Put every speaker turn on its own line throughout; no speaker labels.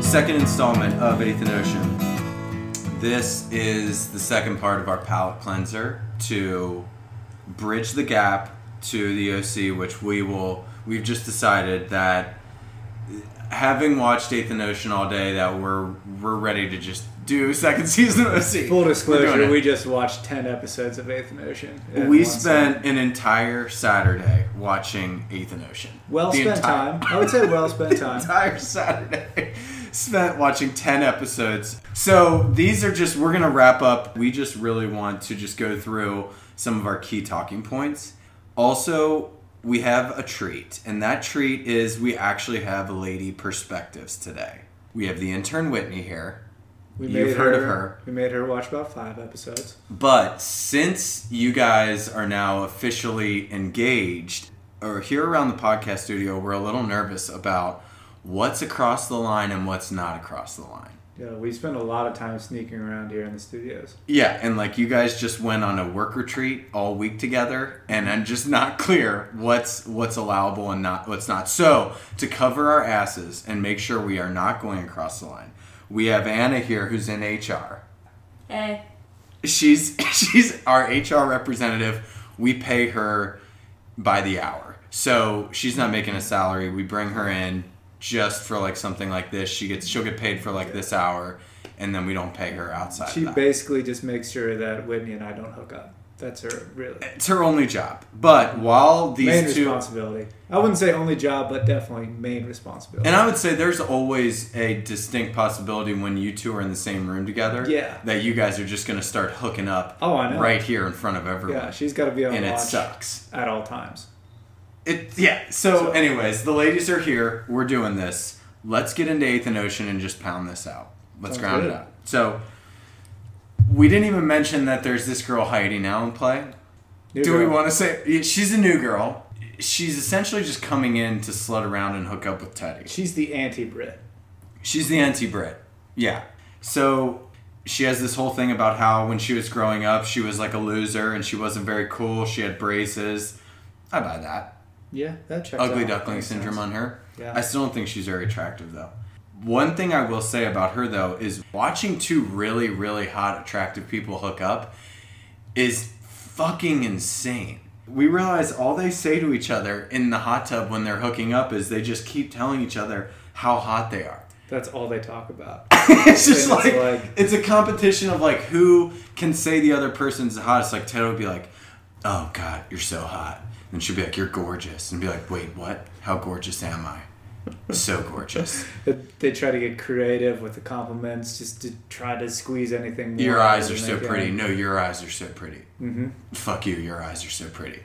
Second installment of Ethan Ocean. This is the second part of our palate cleanser to bridge the gap to the OC, which we will. We've just decided that having watched Ethan Ocean all day, that we're we're ready to just do second season of OC.
Full
We're doing
disclosure,
it.
we just watched 10 episodes of Eighth Ocean. in
we
one
spent
sitting.
an entire Saturday watching Ethan Ocean.
well
The
spent
entire-
time. I would say well spent time.
entire Saturday spent watching 10 episodes. So these are just, we're going to wrap up. We just really want to just go through some of our key talking points. Also, we have a treat, and that treat is we actually have lady perspectives today. We have the intern Whitney here,
We
You've heard of her.
We made her watch about five episodes.
but since you guys are now officially engaged or here around the podcast studio, we're a little nervous about what's across the line and what's not across the line.
Yeah, we spent a lot of time sneaking around here in the studios.
Yeah, and like you guys just went on a work retreat all week together, and I'm just not clear what's what's allowable and not what's not. So to cover our asses and make sure we are not going across the line, we have Anna here who's in HR.
Hey.
She's she's our HR representative. We pay her by the hour, so she's not making a salary. We bring her in just for like something like this. She gets she'll get paid for like this hour, and then we don't pay her outside.
She
of that.
basically just makes sure that Whitney and I don't hook up. That's her, really.
It's her only job. But while
Main
these two,
responsibility. I wouldn't say only job, but definitely main responsibility.
and I would say there's always a distinct possibility when you two are in the same room together,
Yeah.
that you guys are just going to start hooking up
oh, I know.
right here in front of everyone,
Yeah, she's got to be on
and it
watch
sucks.
at all times.
It yeah. So, anyways, the ladies are here. We're doing this. Let's get into Eighth and Ocean and just pound this out. Let's
Sounds
ground
good.
it up. So. We didn't even mention that there's this girl Heidi now in play.
New
Do we
girl.
want to say yeah, she's a new girl? She's essentially just coming in to slut around and hook up with Teddy.
She's the anti-Brit.
She's the anti Brit. Yeah. So she has this whole thing about how when she was growing up, she was like a loser and she wasn't very cool. She had braces. I buy that.
Yeah, that checks
Ugly
out.
duckling
Makes sense.
syndrome on her.
Yeah.
I still don't think she's very attractive, though. One thing I will say about her, though, is watching two really, really hot, attractive people hook up is fucking insane. We realize all they say to each other in the hot tub when they're hooking up is they just keep telling each other how hot they are.
That's all they talk about.
it's just
It's
like,
like-
it's a competition of like who can say the other person's the hottest. Like Ted would be like, "Oh God, you're so hot," and she'd be like, "You're gorgeous," and be like, "Wait, what? How gorgeous am I?" So gorgeous.
That they try to get creative with the compliments just to try to squeeze anything. more
Your
out
eyes
of
are
them
so
they can.
pretty. No, your eyes are so pretty. Mm-hmm. Fuck you. Your eyes are so pretty.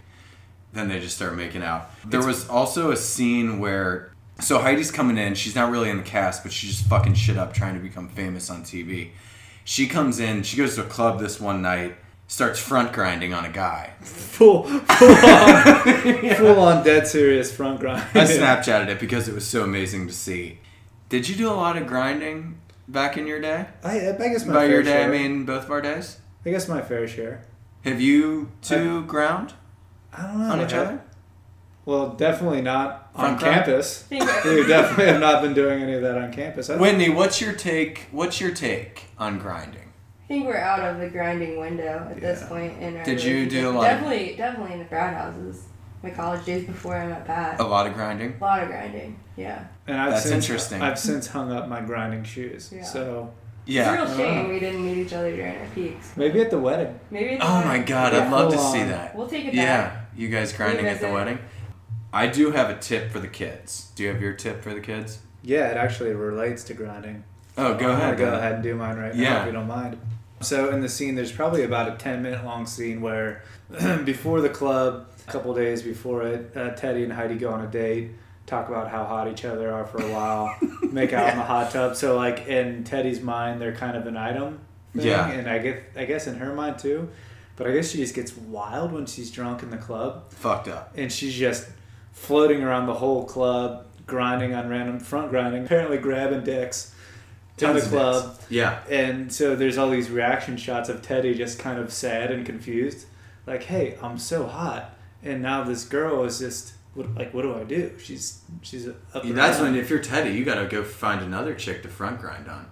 Then they just start making out. There was also a scene where. So Heidi's coming in. She's not really in the cast, but she's just fucking shit up trying to become famous on TV. She comes in. She goes to a club this one night, starts front grinding on a guy.
Full, full, on, full on dead serious front grind.
I Snapchatted it because it was so amazing to see. Did you do a lot of grinding back in your day?
I, I guess my
By
fair
your day, I
share.
mean both of our days.
I guess my fair share.
Have you two ground
I don't know.
on each
man.
other?
Well, definitely not on
Front grind?
campus. We definitely have not been doing any of that on campus. I think
Whitney, what's your take? What's your take on grinding?
I think we're out of the grinding window at this
Yeah.
point. In our
Did you do a
relationship.
lot of-
Definitely, definitely in the frat houses. My college days before I met Pat.
A lot of grinding.
A lot of grinding. Yeah.
and I've
That's
since,
interesting.
I've since hung up my grinding shoes.
Yeah.
So
Yeah.
It's a real shame we didn't meet each other during our peaks.
maybe at the wedding.
Maybe. It's
Oh my god, I'd
Yeah,
love to
full
see
on.
that.
We'll take it back.
Yeah, you guys grinding
guys
at the
did.
wedding. I do have a tip for the kids. Do you have your tip for the kids?
Yeah, it actually relates to grinding.
Oh, go
I'm gonna
ahead.
Go ahead and do mine right
Yeah.
now if you don't mind. So in the scene, there's probably about a 10 minute long scene where before the club, a couple days before it, uh, Teddy and Heidi go on a date. talk about how hot each other are for a while, make out in the hot tub. So like in Teddy's mind, they're kind of an item. Thing,
Yeah.
and I guess I guess in her mind too, but I guess she just gets wild when she's drunk in the club,
Fucked up.
and she's just floating around the whole club, grinding on random front grinding, apparently grabbing dicks in the
Tons of
club.
dicks. Yeah.
And so there's all these reaction shots of Teddy just kind of sad and confused, like, "Hey, I'm so hot," and now this girl is just what, like, "What do I do?" She's she's up. and
That's
around.
when if you're Teddy, you gotta go find another chick to front grind on.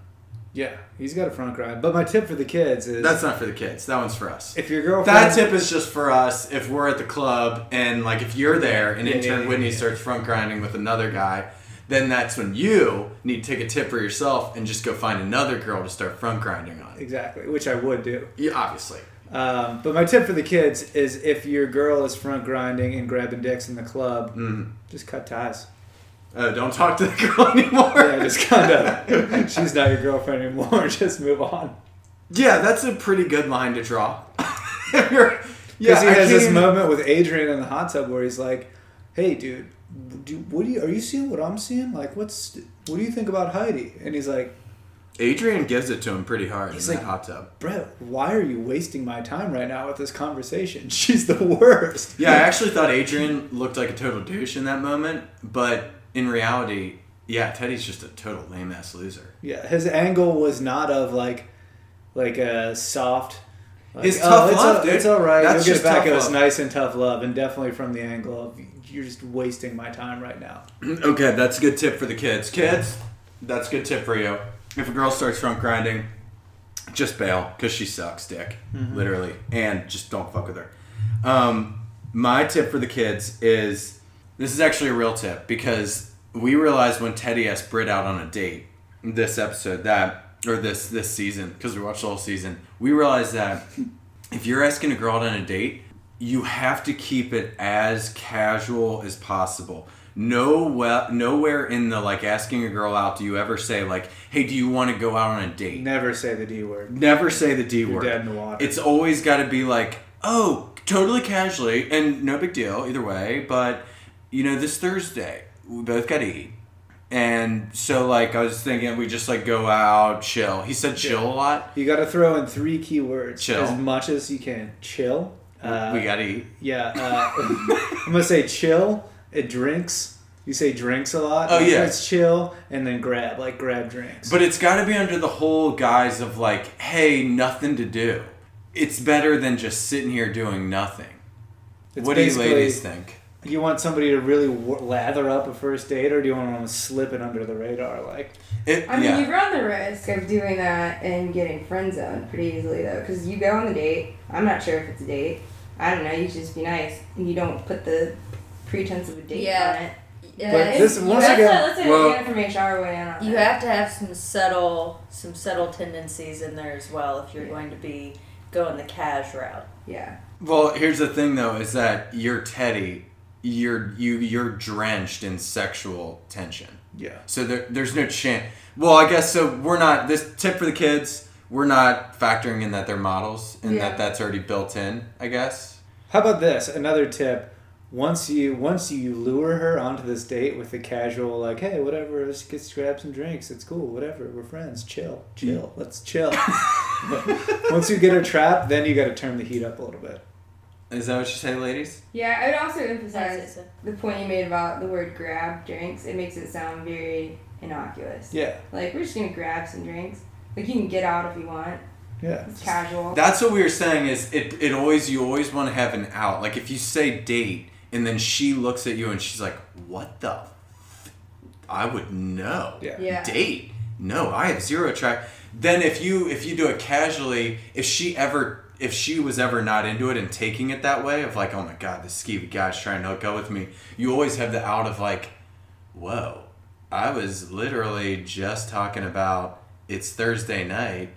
Yeah, he's got a front grind. But my tip for the kids is
That's not for the kids. That one's for us.
if your girlfriend
That tip is just for us if we're at the club and like if you're there and
Yeah,
intern
yeah, yeah,
Whitney
yeah.
starts front grinding with another guy, then that's when you need to take a tip for yourself and just go find another girl to start front grinding on.
exactly, which I would do.
Yeah, obviously.
Um, but my tip for the kids is if your girl is front grinding and grabbing dicks in the club,
Mm.
just cut ties.
Oh, don't talk to the girl anymore.
Yeah, just kind of. she's not your girlfriend anymore. Just move on.
Yeah, that's a pretty good line to draw. If you're- yeah, I
Because he has
can't
this
even-
moment with Adrian in the hot tub where he's like, "Hey, dude, do, what do you are you seeing? What I'm seeing? Like, what's what do you think about Heidi?" And he's like,
Adrian gives it to him pretty hard
He's
in
like-
that hot tub.
"Brett, why are you wasting my time right now with this conversation? She's the worst."
Yeah, I actually thought Adrian looked like a total douche in that moment, but in reality, yeah, Teddy's just a total lame ass loser.
yeah. His angle was not of like, like a soft. Like, oh,
It's tough
it's
love,
all,
dude.
It's all right.
That's
You'll
just
get it back.
tough
It was
love.
nice and tough love, and definitely from the angle of you're just wasting my time right now.
Okay, that's a good tip for the kids. Kids, that's a good tip for you. If a girl starts front grinding, just bail because she sucks dick, literally, and just don't fuck with her. Um, my tip for the kids is this is actually a real tip because we realized when Teddy asked Britt out on a date this episode that or this this season because we watched the whole season, we realized that if you're asking a girl out on a date, you have to keep it as casual as possible. No, well, nowhere in the like asking a girl out do you ever say like, "Hey, do you want to go out on a date?"
Never say the D word.
Never say the D
You're
word.
dead in the water.
It's always got to be like, oh, totally casually, and no big deal either way. But you know, this Thursday we both got to eat, and so like I was thinking we just like go out, chill. He said chill a lot.
You got to throw in three key words
Chill.
as much as you can. Chill. Uh,
we got to eat.
yeah. Uh, I'm gonna say chill. It drinks. You say drinks a lot.
Oh, yeah.
It's chill and then grab like grab drinks.
But it's got to be under the whole guise of like, hey, nothing to do. It's better than just sitting here doing nothing.
It's
what do you
basically-
ladies think?
you want somebody to really w- lather up a first date, or do you want them to slip it under the radar? Like
It,
I mean,
yeah.
you run the risk of doing that and getting friend zoned pretty easily, though, because you go on the date. I'm not sure if it's a date. I don't know. You should just be nice, and you don't put the pretense of a date
Yeah.
on it.
Yeah,
But
it's-
this-
you
once
have-
That's
again-
not- that's not
Well-
the information our way in on
You
that.
have to have some subtle, some subtle tendencies in there as well if you're
Yeah.
going to be going the cash route.
Yeah.
Well, here's the thing though, is that you're Teddy, you're you you're drenched in sexual tension.
yeah.
So there, there's no chance. Well, I guess so. We're not this tip for the kids. We're not factoring in that they're models and
Yeah.
that that's already built in. I guess.
How about this? Another tip. Once you once you lure her onto this date with the casual like, hey, whatever, let's get grab some drinks. It's cool, whatever. We're friends. Chill, chill. Let's chill. once you get her trapped, then you got to turn the heat up a little bit.
Is that what you say, ladies?
Yeah, I would also
That's
emphasize
it.
the point you made about the word grab drinks. It makes it sound very innocuous.
Yeah,
Like, we're just going to grab some drinks. Like, you can get out if you want.
yeah.
It's casual.
That's what we were saying. Is it? It always you always want to have an out. Like if you say date and then she looks at you and she's like, "What the? f- I would know."
Yeah.
yeah.
date no i have zero track then if you if you do it casually if she ever if she was ever not into it and taking it that way of like oh my god this skeevy guy's trying to hook up with me you always have the out of like whoa i was literally just talking about it's thursday night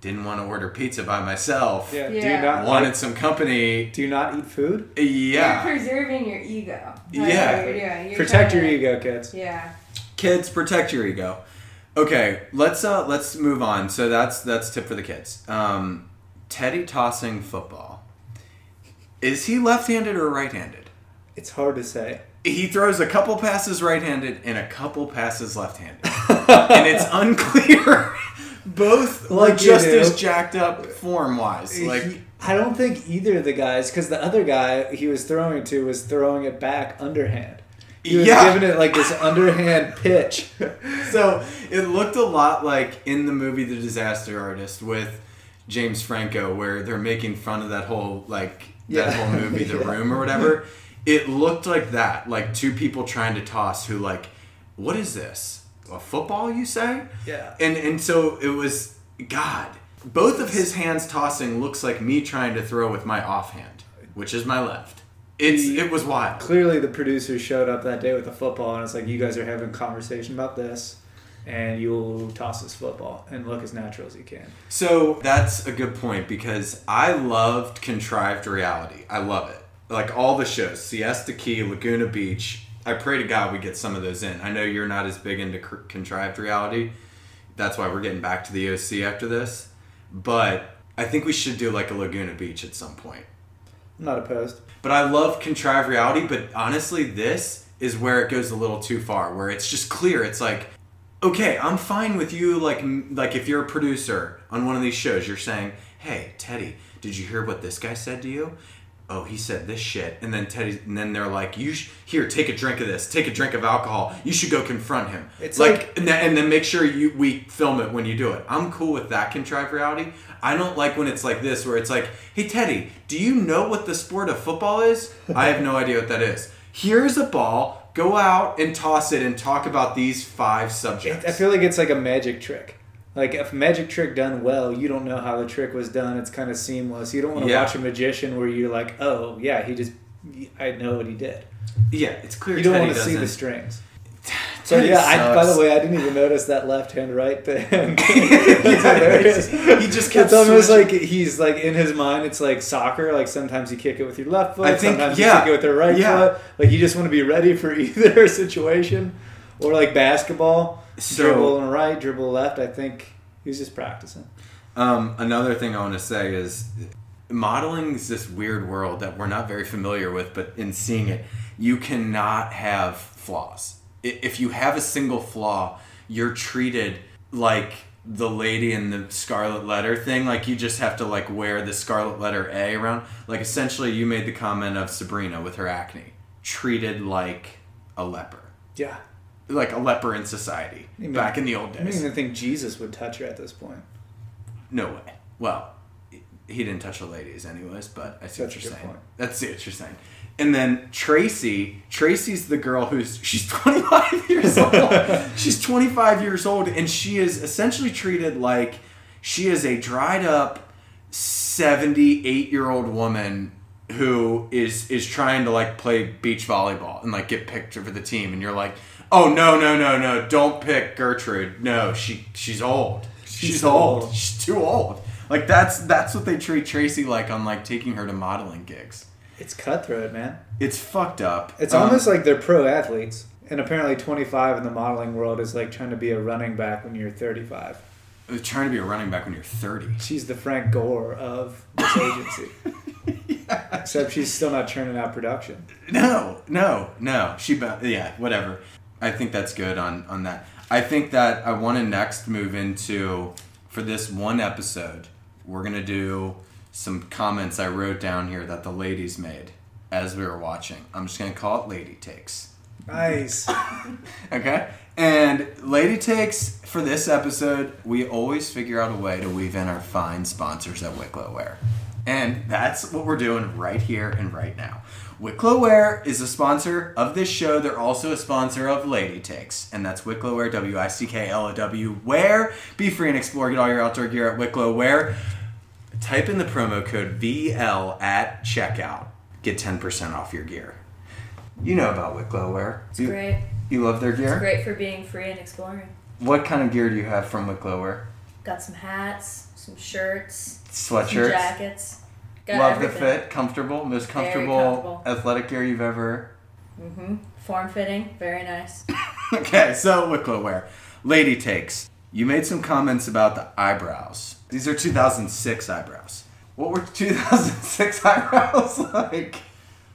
didn't want to order pizza by myself
Yeah. Do you
Yeah.
not
wanted some company
do you not eat food?
yeah
You're preserving your ego. That's
Yeah.
What you're doing. You're
Protect
trying
your
to-
ego, kids.
Yeah.
kids protect your ego okay let's uh let's move on so that's that's tip for the kids um teddy tossing football is he left-handed or right-handed
It's hard to say.
he throws a couple passes right-handed and a couple passes left-handed, and it's unclear. Both like
Like you
just
do.
as jacked up form-wise. Like
He- I don't think either of the guys, because the other guy he was throwing to was throwing it back underhand. He was
Yeah.
giving it like this underhand pitch.
so it looked a lot like in the movie The Disaster Artist with James Franco, where they're making fun of that whole like
Yeah.
that whole movie, The
Yeah.
Room or whatever. It looked like that, like two people trying to toss. Who like, what is this? A football? You say?
Yeah.
And and so it was God. Both of his hands tossing looks like me trying to throw with my offhand, which is my left. It's it was wild.
Clearly, the producers showed up that day with a football, and it's like you guys are having a conversation about this, and you'll toss this football and look as natural as you can.
So that's a good point because I loved contrived reality. I love it. Like all the shows, Siesta Key, Laguna Beach. I pray to God we get some of those in. I know you're not as big into cr- contrived reality. That's why we're getting back to the OC after this. But I think we should do like a Laguna Beach at some point.
I'm not opposed.
But I love contrived reality, but honestly, this is where it goes a little too far, where it's just clear. It's like, okay, I'm fine with you, like, m- like if you're a producer on one of these shows, you're saying, hey, Teddy, did you hear what this guy said to you? Oh, he said this shit, and then Teddy, and then they're like, you sh- here, take a drink of this, take a drink of alcohol. You should go confront him.
It's like-
and, then, and then make sure you we film it when you do it. I'm cool with that contrived reality. I don't like when it's like this, where it's like, hey Teddy, do you know what the sport of football is? I have no idea what that is. Here's a ball. Go out and toss it, and talk about these five subjects.
I feel like it's like a magic trick. Like if magic trick done well, you don't know how the trick was done. It's kind of seamless. You don't want to
Yeah.
watch a magician where you're like, oh yeah, he just, I know what he did.
yeah, it's clear.
You don't
Teddy
want to see
doesn't.
the strings. So yeah, I, by the way, I didn't even notice that left hand right thing. That's hilarious.
he just kept
It's almost
switching.
like he's like in his mind. It's like soccer. Like sometimes you kick it with your left foot.
I think-
sometimes
yeah,
you kick it with your right
yeah.
foot. Like you just want to be ready for either situation, or like basketball,
So-
dribble and right, dribble left. I think he's just practicing.
Um, another thing I want to say is modeling is this weird world that we're not very familiar with, but in seeing it, you cannot have flaws. I- If you have a single flaw, you're treated like the lady in the scarlet letter thing like you just have to like wear the scarlet letter a around like essentially you made the comment of sabrina with her acne treated like a leper
Yeah,
like a leper in society
You mean-
back in the old
I don't
days
even think Jesus would touch her at this point.
no way. Well, he didn't touch the ladies, anyways. But I see
That's a
what you're
good
saying.
point.
That's see what you're saying. And then Tracy, Tracy's the girl who's she's 25 years old. she's 25 years old, and she is essentially treated like she is a dried up 78 year old woman who is is trying to like play beach volleyball and like get picked for the team and you're like oh no no no no don't pick gertrude no she she's old she's,
She's
old.
old.
she's too old like that's that's what they treat tracy like on like taking her to modeling gigs
It's cutthroat, man.
it's fucked up
It's
Um,
almost like they're pro athletes, and apparently 25 in the modeling world is like trying to be a running back when you're 35.
trying to be a running back when you're 30
She's the Frank Gore of this agency. Except she's still not churning out production.
No, no, no. She, ba- yeah, whatever. I think that's good on on that. I think that I want to next move into for this one episode. We're gonna do some comments I wrote down here that the ladies made as we were watching. I'm just gonna call it lady takes.
Nice.
Okay. And lady takes for this episode, we always figure out a way to weave in our fine sponsors at Wicklow Wear. And that's what we're doing right here and right now. Wicklow Wear is a sponsor of this show. They're also a sponsor of Lady Takes, and that's Wicklow Wear, W I C K L O W Wear. Be free and explore. Get all your outdoor gear at Wicklow Wear. Type in the promo code VL at checkout. Get 10% off your gear. You know about Wicklow Wear.
It's
You-
great.
you love their
It's
gear?
great for being free and exploring.
What kind of gear do you have from Wicklow wear?
Got some hats, some shirts, some
Sweatshirts?
jackets. Got
Love the
everything.
fit, comfortable, most
Very
comfortable,
comfortable.
athletic gear you've ever.
Mm-hmm. Form fitting, very nice.
okay, so Wicklow wear. Lady takes. You made some comments about the eyebrows. These are 2006 eyebrows. What were 2006 eyebrows like?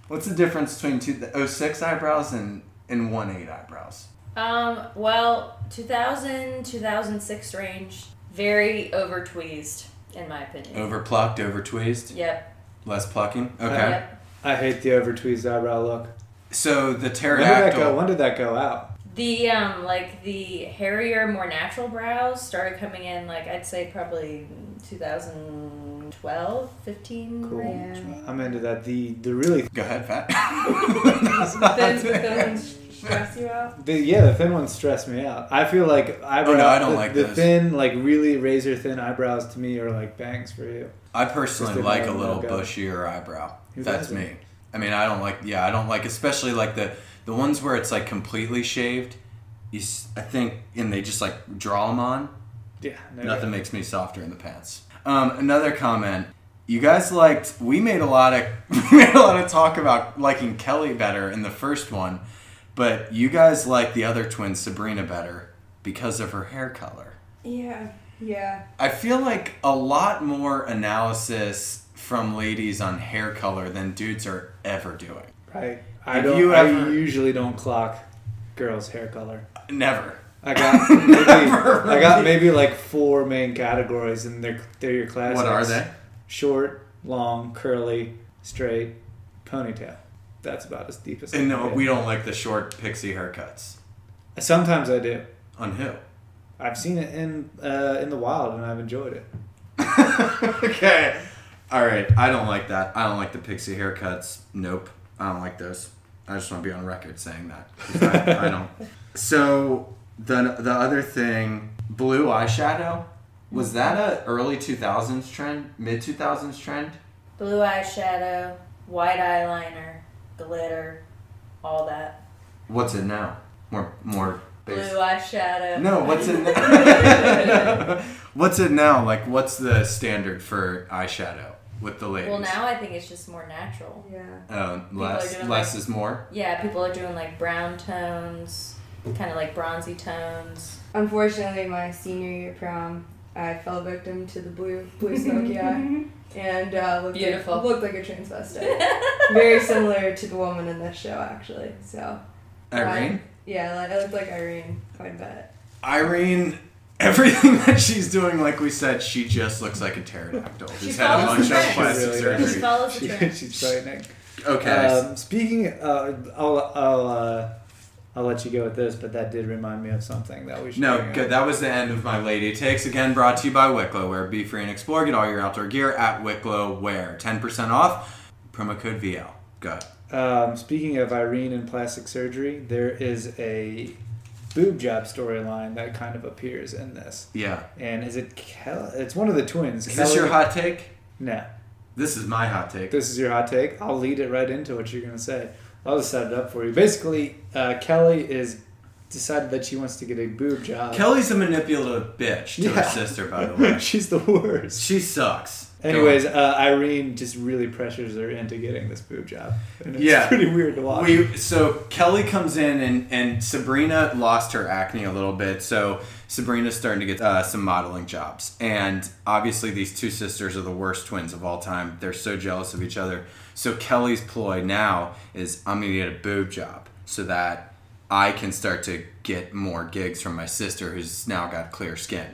What's the difference between two, the 06 eyebrows and, and 18 eyebrows?
Um, well, 2000, 2006 range, very over tweezed, in my opinion.
Overplucked, overtweezed,
Yep.
less plucking. Okay.
Yep.
I hate the over tweezed eyebrow look.
So the
When did that go?
pterodactyl.
When did that go out?
The um, like the hairier, more natural brows started coming in. Like I'd say probably 2012, 15
Cool.
range.
Yeah.
I'm into that. The the really
Go ahead, Pat.
Those things stress you out.
the, yeah the thin ones stress me out. I feel like eyebrows.
Oh, I don't
the,
like
the
those.
thin like really razor thin eyebrows to me are like bangs for you.
I personally
Just
like a
ignore
little
that guy.
bushier eyebrow.
Who
That's
doesn't?
me. I mean, I don't like. Yeah, I don't like, especially like the the ones where it's like completely shaved. You, s- I think, and they just like draw them on.
Yeah. No
Nothing makes me softer in the pants. Um, another comment. You guys liked. We made a lot of we made a lot of talk about liking Kelly better in the first one, but you guys like the other twin Sabrina better because of her hair color.
Yeah, yeah.
I feel like a lot more analysis from ladies on hair color than dudes are ever doing.
Right. I
Have
don't.
you ever-
I usually don't clock girls' hair color.
Never.
I got maybe, I got maybe like four main categories, and they're they're your classics.
what are they?
Short, long, curly, straight, ponytail. That's about as deep as. I
And
can
no,
get.
we don't like the short pixie haircuts.
Sometimes I do.
On who?
I've seen it in uh, in the wild, and I've enjoyed it.
okay. All right. I don't like that. I don't like the pixie haircuts. Nope. I don't like those. I just want to be on record saying that. 'cause I, I don't. So the the other thing, blue eyeshadow, was that a early two thousands trend, mid two thousands trend?
Blue eyeshadow, white eyeliner, glitter, all that.
What's it now? More more.
Blue
basic.
eyeshadow.
No, what's it? Now? what's it now? Like, what's the standard for eyeshadow with the ladies?
well, now I think it's just more natural.
Yeah.
Um,
are
less
doing
less is more.
Yeah, people are doing like brown tones, kind of like bronzy tones.
Unfortunately, my senior year prom, I fell victim to the blue blue smoky eye, and uh, looked
Beautiful.
Like, looked like a transvestite. Very similar to the woman in this show, actually. So
Irene?
yeah, like, I looked like Irene quite a bit.
Irene, everything that she's doing, like we said, she just looks like a pterodactyl. She's had a bunch
follows the
of
trend.
plastic
She really
Just
surgery.
follows
She,
the trend.
she's frightening.
Okay.
Um, speaking, uh, I'll I'll uh, I'll let you go with this, but that did remind me of something that we should.
no,
bring up.
good. That was the end of my lady takes. Again, brought to you by Wicklow Wear. Be free and explore. Get all your outdoor gear at Wicklow Wear. Ten percent off. Promo code VL. Go.
Um, speaking of Irene and plastic surgery, there is a boob job storyline that kind of appears in this.
Yeah.
And is it Kelly? It's one of the twins.
Is this your hot take?
No.
This is my hot take.
This is your hot take. I'll lead it right into what you're going to say. I'll just set it up for you. Basically, uh, Kelly is decided that she wants to get a boob job.
Kelly's a manipulative bitch to
Yeah.
her sister, by the way.
She's the worst.
she sucks. Go on.
Anyways, uh, Irene just really pressures her into getting this boob job. And it's
Yeah.
pretty weird to watch.
We so Kelly comes in and and Sabrina lost her acne a little bit, so Sabrina's starting to get uh, some modeling jobs. And obviously, these two sisters are the worst twins of all time. They're so jealous of each other. So Kelly's ploy now is I'm gonna get a boob job so that I can start to get more gigs from my sister, who's now got clear skin.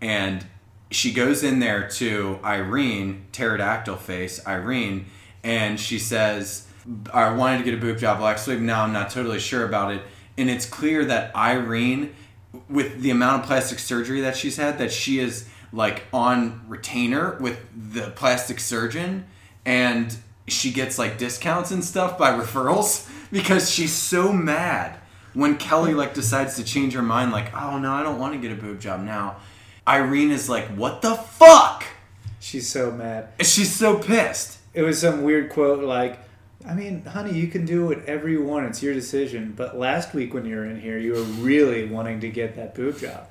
And she goes in there to Irene, pterodactyl face, Irene, and she says, I wanted to get a boob job last week. Now I'm not totally sure about it. And it's clear that Irene, with the amount of plastic surgery that she's had, that she is like on retainer with the plastic surgeon and she gets like discounts and stuff by referrals because she's so mad when Kelly like decides to change her mind like oh no I don't want to get a boob job now Irene is like what the fuck
She's so mad.
and she's so pissed
it was some weird quote like i mean honey you can do whatever you want it's your decision but last week when you were in here you were really wanting to get that boob job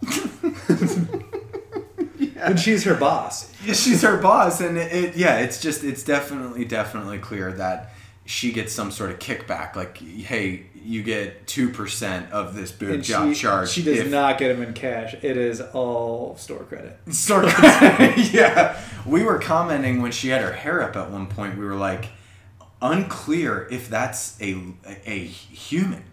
and she's her boss
Yeah, she's her boss and it, it yeah it's just it's definitely definitely clear that she gets some sort of kickback like hey you get 2% of this boob
and
job
she,
charge
she does
if-
not get him in cash it is all store credit
sort of yeah we were commenting when she had her hair up at one point we were like unclear if that's a a human.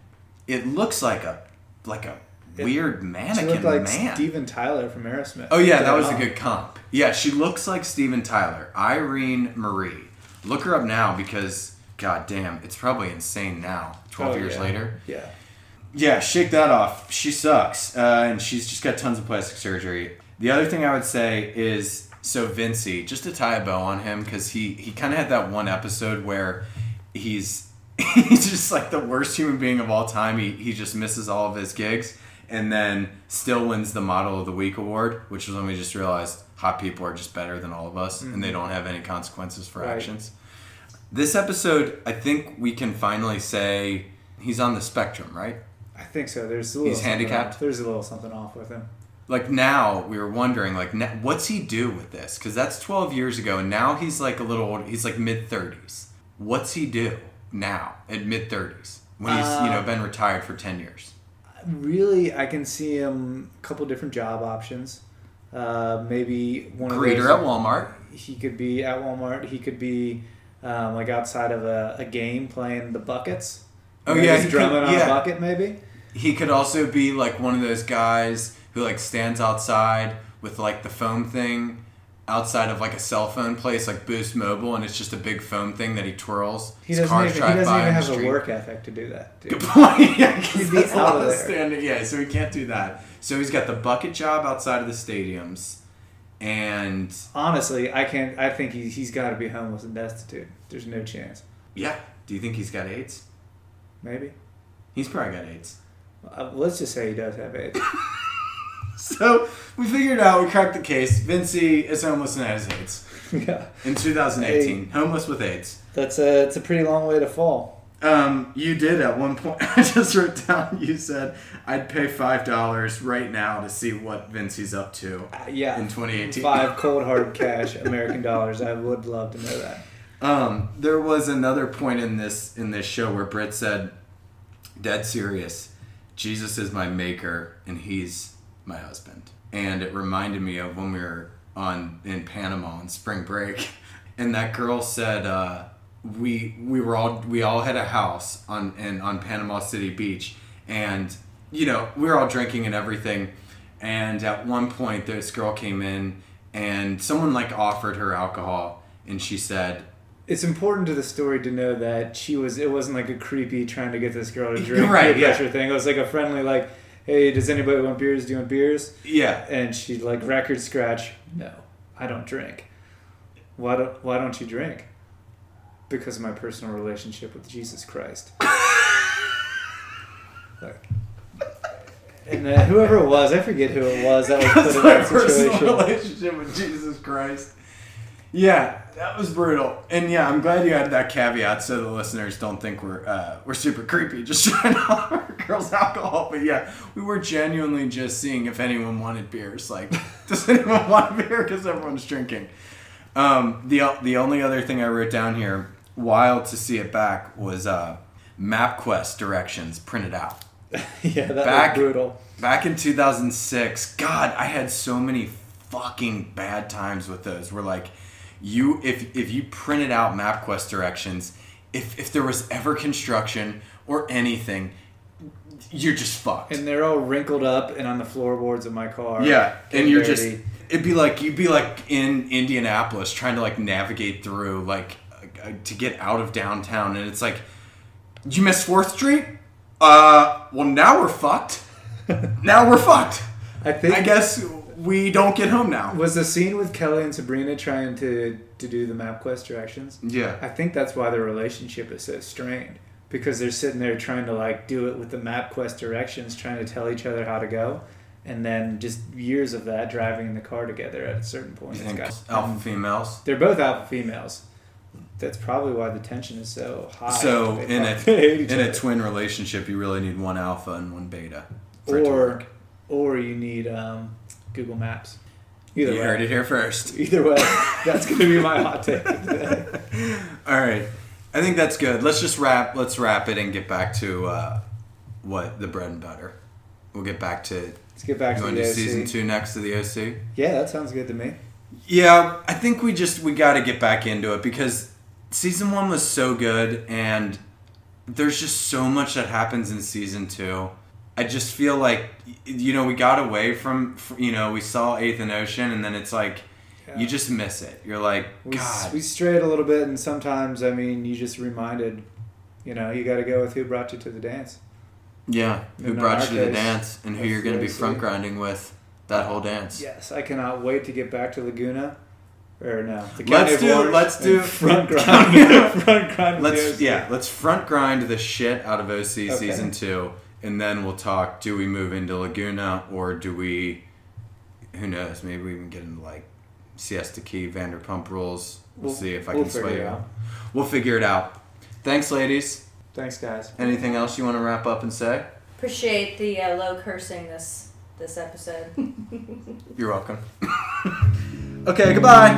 It looks like a like a
It-
weird
She
mannequin
looked like
man.
Steven Tyler from Aerosmith.
oh yeah, that
Dead
was a
on.
good comp. Yeah, she looks like Steven Tyler, Irene Marie. Look her up now because god damn, it's probably insane now. Twelve
Oh,
years
yeah.
later.
Yeah.
Yeah, shake that off. She sucks, uh, and she's just got tons of plastic surgery. The other thing I would say is so Vincey, just to tie a bow on him, because he he kind of had that one episode where he's he's just like the worst human being of all time. He he just misses all of his gigs, and then still wins the Model of the Week award, which is when we just realized hot people are just better than all of us, and they don't have any consequences for
Right.
actions. This episode, I think we can finally say he's on the spectrum, right?
I think so. There's a little
He's
something
handicapped?
off- There's a little something off with him.
like now we were wondering like na what's he do with this because that's 12 years ago and now he's like a little old he's like mid 30s what's he do now at mid 30s when he's you know
Uh,
been retired for 10 years
Really, I can see him a couple different job options. Uh, maybe one of
greeter
those,
at walmart
He could be at Walmart. He could be um, like outside of a, a game playing the buckets.
Oh,
Maybe
yeah,
he's
he
drumming
could-
on
yeah.
a bucket. Maybe
he could also be like one of those guys who like stands outside with like the foam thing outside of like a cell phone place like boost mobile and it's just a big foam thing that he twirls
he
His
doesn't
cars
even, he
drive
doesn't
by
even
on
have
the
the
street.
work ethic to do that. dude.
Good point. Yeah, 'cause
He'd be
that's a lot
out of
of
there.
standing. Yeah, so he can't do that. So he's got the bucket job outside of the stadiums, and
Honestly, I can't. I think he, he's got to be homeless and destitute. There's no chance.
yeah. Do you think he's got AIDS?
Maybe.
He's probably got AIDS.
Uh, let's just say he does have AIDS.
So we figured out, we cracked the case. Vinci is homeless and has AIDS
yeah,
in 2018. Homeless with AIDS.
that's a it's a pretty long way to fall.
Um, you did at one point. I just wrote down. You said I'd pay five dollars right now to see what Vinci's up to
Uh, yeah,
in 2018.
five cold hard cash American dollars. I would love to know that.
Um, there was another point in this in this show where Britt said, "Dead serious, Jesus is my maker and he's my husband," and it reminded me of when we were on in Panama on spring break, and that girl said, uh, "We we were all we all had a house on in on Panama City Beach, and you know we were all drinking and everything." And at one point, this girl came in, and someone like offered her alcohol, and she said,
It's important to the story to know that she was. It wasn't like a creepy trying to get this girl to drink
Right,
peer
yeah.
pressure thing. It was like a friendly like, hey, does anybody want beers? Do you want beers?
"Yeah,
And she like record scratch. No, I don't drink. Why don't Why don't you drink? Because of my personal relationship with Jesus Christ. like, and then whoever it was, I forget who it was that was
That's
put in
my
that
personal
situation.
relationship with Jesus Christ. Yeah, that was brutal. And yeah, I'm glad you added that caveat so the listeners don't think we're uh, we're super creepy just trying to offer girls alcohol. But yeah, we were genuinely just seeing if anyone wanted beers. Like, does anyone want a beer? Because everyone's drinking. Um, the the only other thing I wrote down here, wild to see it back, was uh, MapQuest directions printed out.
yeah, that
Back-
was brutal.
Back in 2006, God, I had so many fucking bad times with those. Where like, you if if you printed out MapQuest directions, if if there was ever construction or anything, you're just fucked.
And they're all wrinkled up and on the floorboards of my car.
yeah,
getting
and you're
dirty.
just it'd be like you'd be like in Indianapolis trying to like navigate through like uh, to get out of downtown, and it's like, you missed Fourth Street. Uh, well now we're fucked. now we're fucked.
I think
I guess we don't get home now.
was the scene with Kelly and Sabrina trying to to do the MapQuest directions.
Yeah.
I think that's why their relationship is so strained because they're sitting there trying to like do it with the MapQuest directions, trying to tell each other how to go, and then just years of that driving in the car together at a certain point.
You
it's
think
got- Um,
alpha females?
they're both alpha females. That's probably why the tension is so high.
So
They
in
fucking hate
a
each
in a
other.
twin relationship, you really need one alpha and one beta. for it to
or
work.
or you need um, Google Maps. Either
you
way,
heard it here first.
either way, that's gonna be my hot take today.
All right, I think that's good. Let's just wrap. Let's wrap it and get back to uh, what the bread and butter. We'll get back to.
Let's get back
You
to
want
the
to do
OC.
season two next to the OC?
Yeah, that sounds good to me.
Yeah, I think we just we got to get back into it because season one was so good, and there's just so much that happens in season two. I just feel like y- you know we got away from f- you know we saw Eighth and Ocean, and then it's like
Yeah.
you just miss it. You're like,
Uh, we,
God,
we strayed a little bit, and sometimes I mean, you just reminded, you know, you got to go with who brought you to the dance.
yeah, who
in
brought
our
you to the
case,
dance, and who
that's
you're going to
the
be
OC.
front grinding with that whole dance.
Yes, I cannot wait to get back to Laguna, or no, the County
Let's
of
do-
Orange
let's
and
do-
front grind, front grind. with
Let's
the OC.
yeah, let's front grind the shit out of OC season
Okay.
two, and then we'll talk. Do we move into Laguna or do we? Who knows? Maybe we even get into like Siesta Key, Vanderpump Rules. We'll,
We'll-
see if I
we'll
can
figure
sway
it
you.
out.
We'll figure it out. Thanks, ladies.
Thanks, guys.
Anything else you want to wrap up and say?
Appreciate the uh, low cursing this this episode.
You're welcome. okay, goodbye.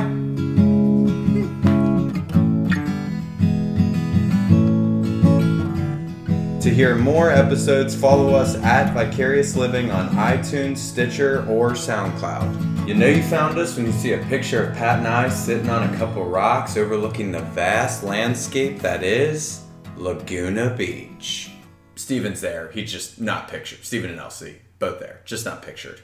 To hear more episodes, follow us at Vicarious Living on iTunes, Stitcher, or SoundCloud. You know you found us when you see a picture of Pat and I sitting on a couple rocks overlooking the vast landscape that is Laguna Beach. Steven's there. He just not pictured. Steven and Elsie, both there, just not pictured.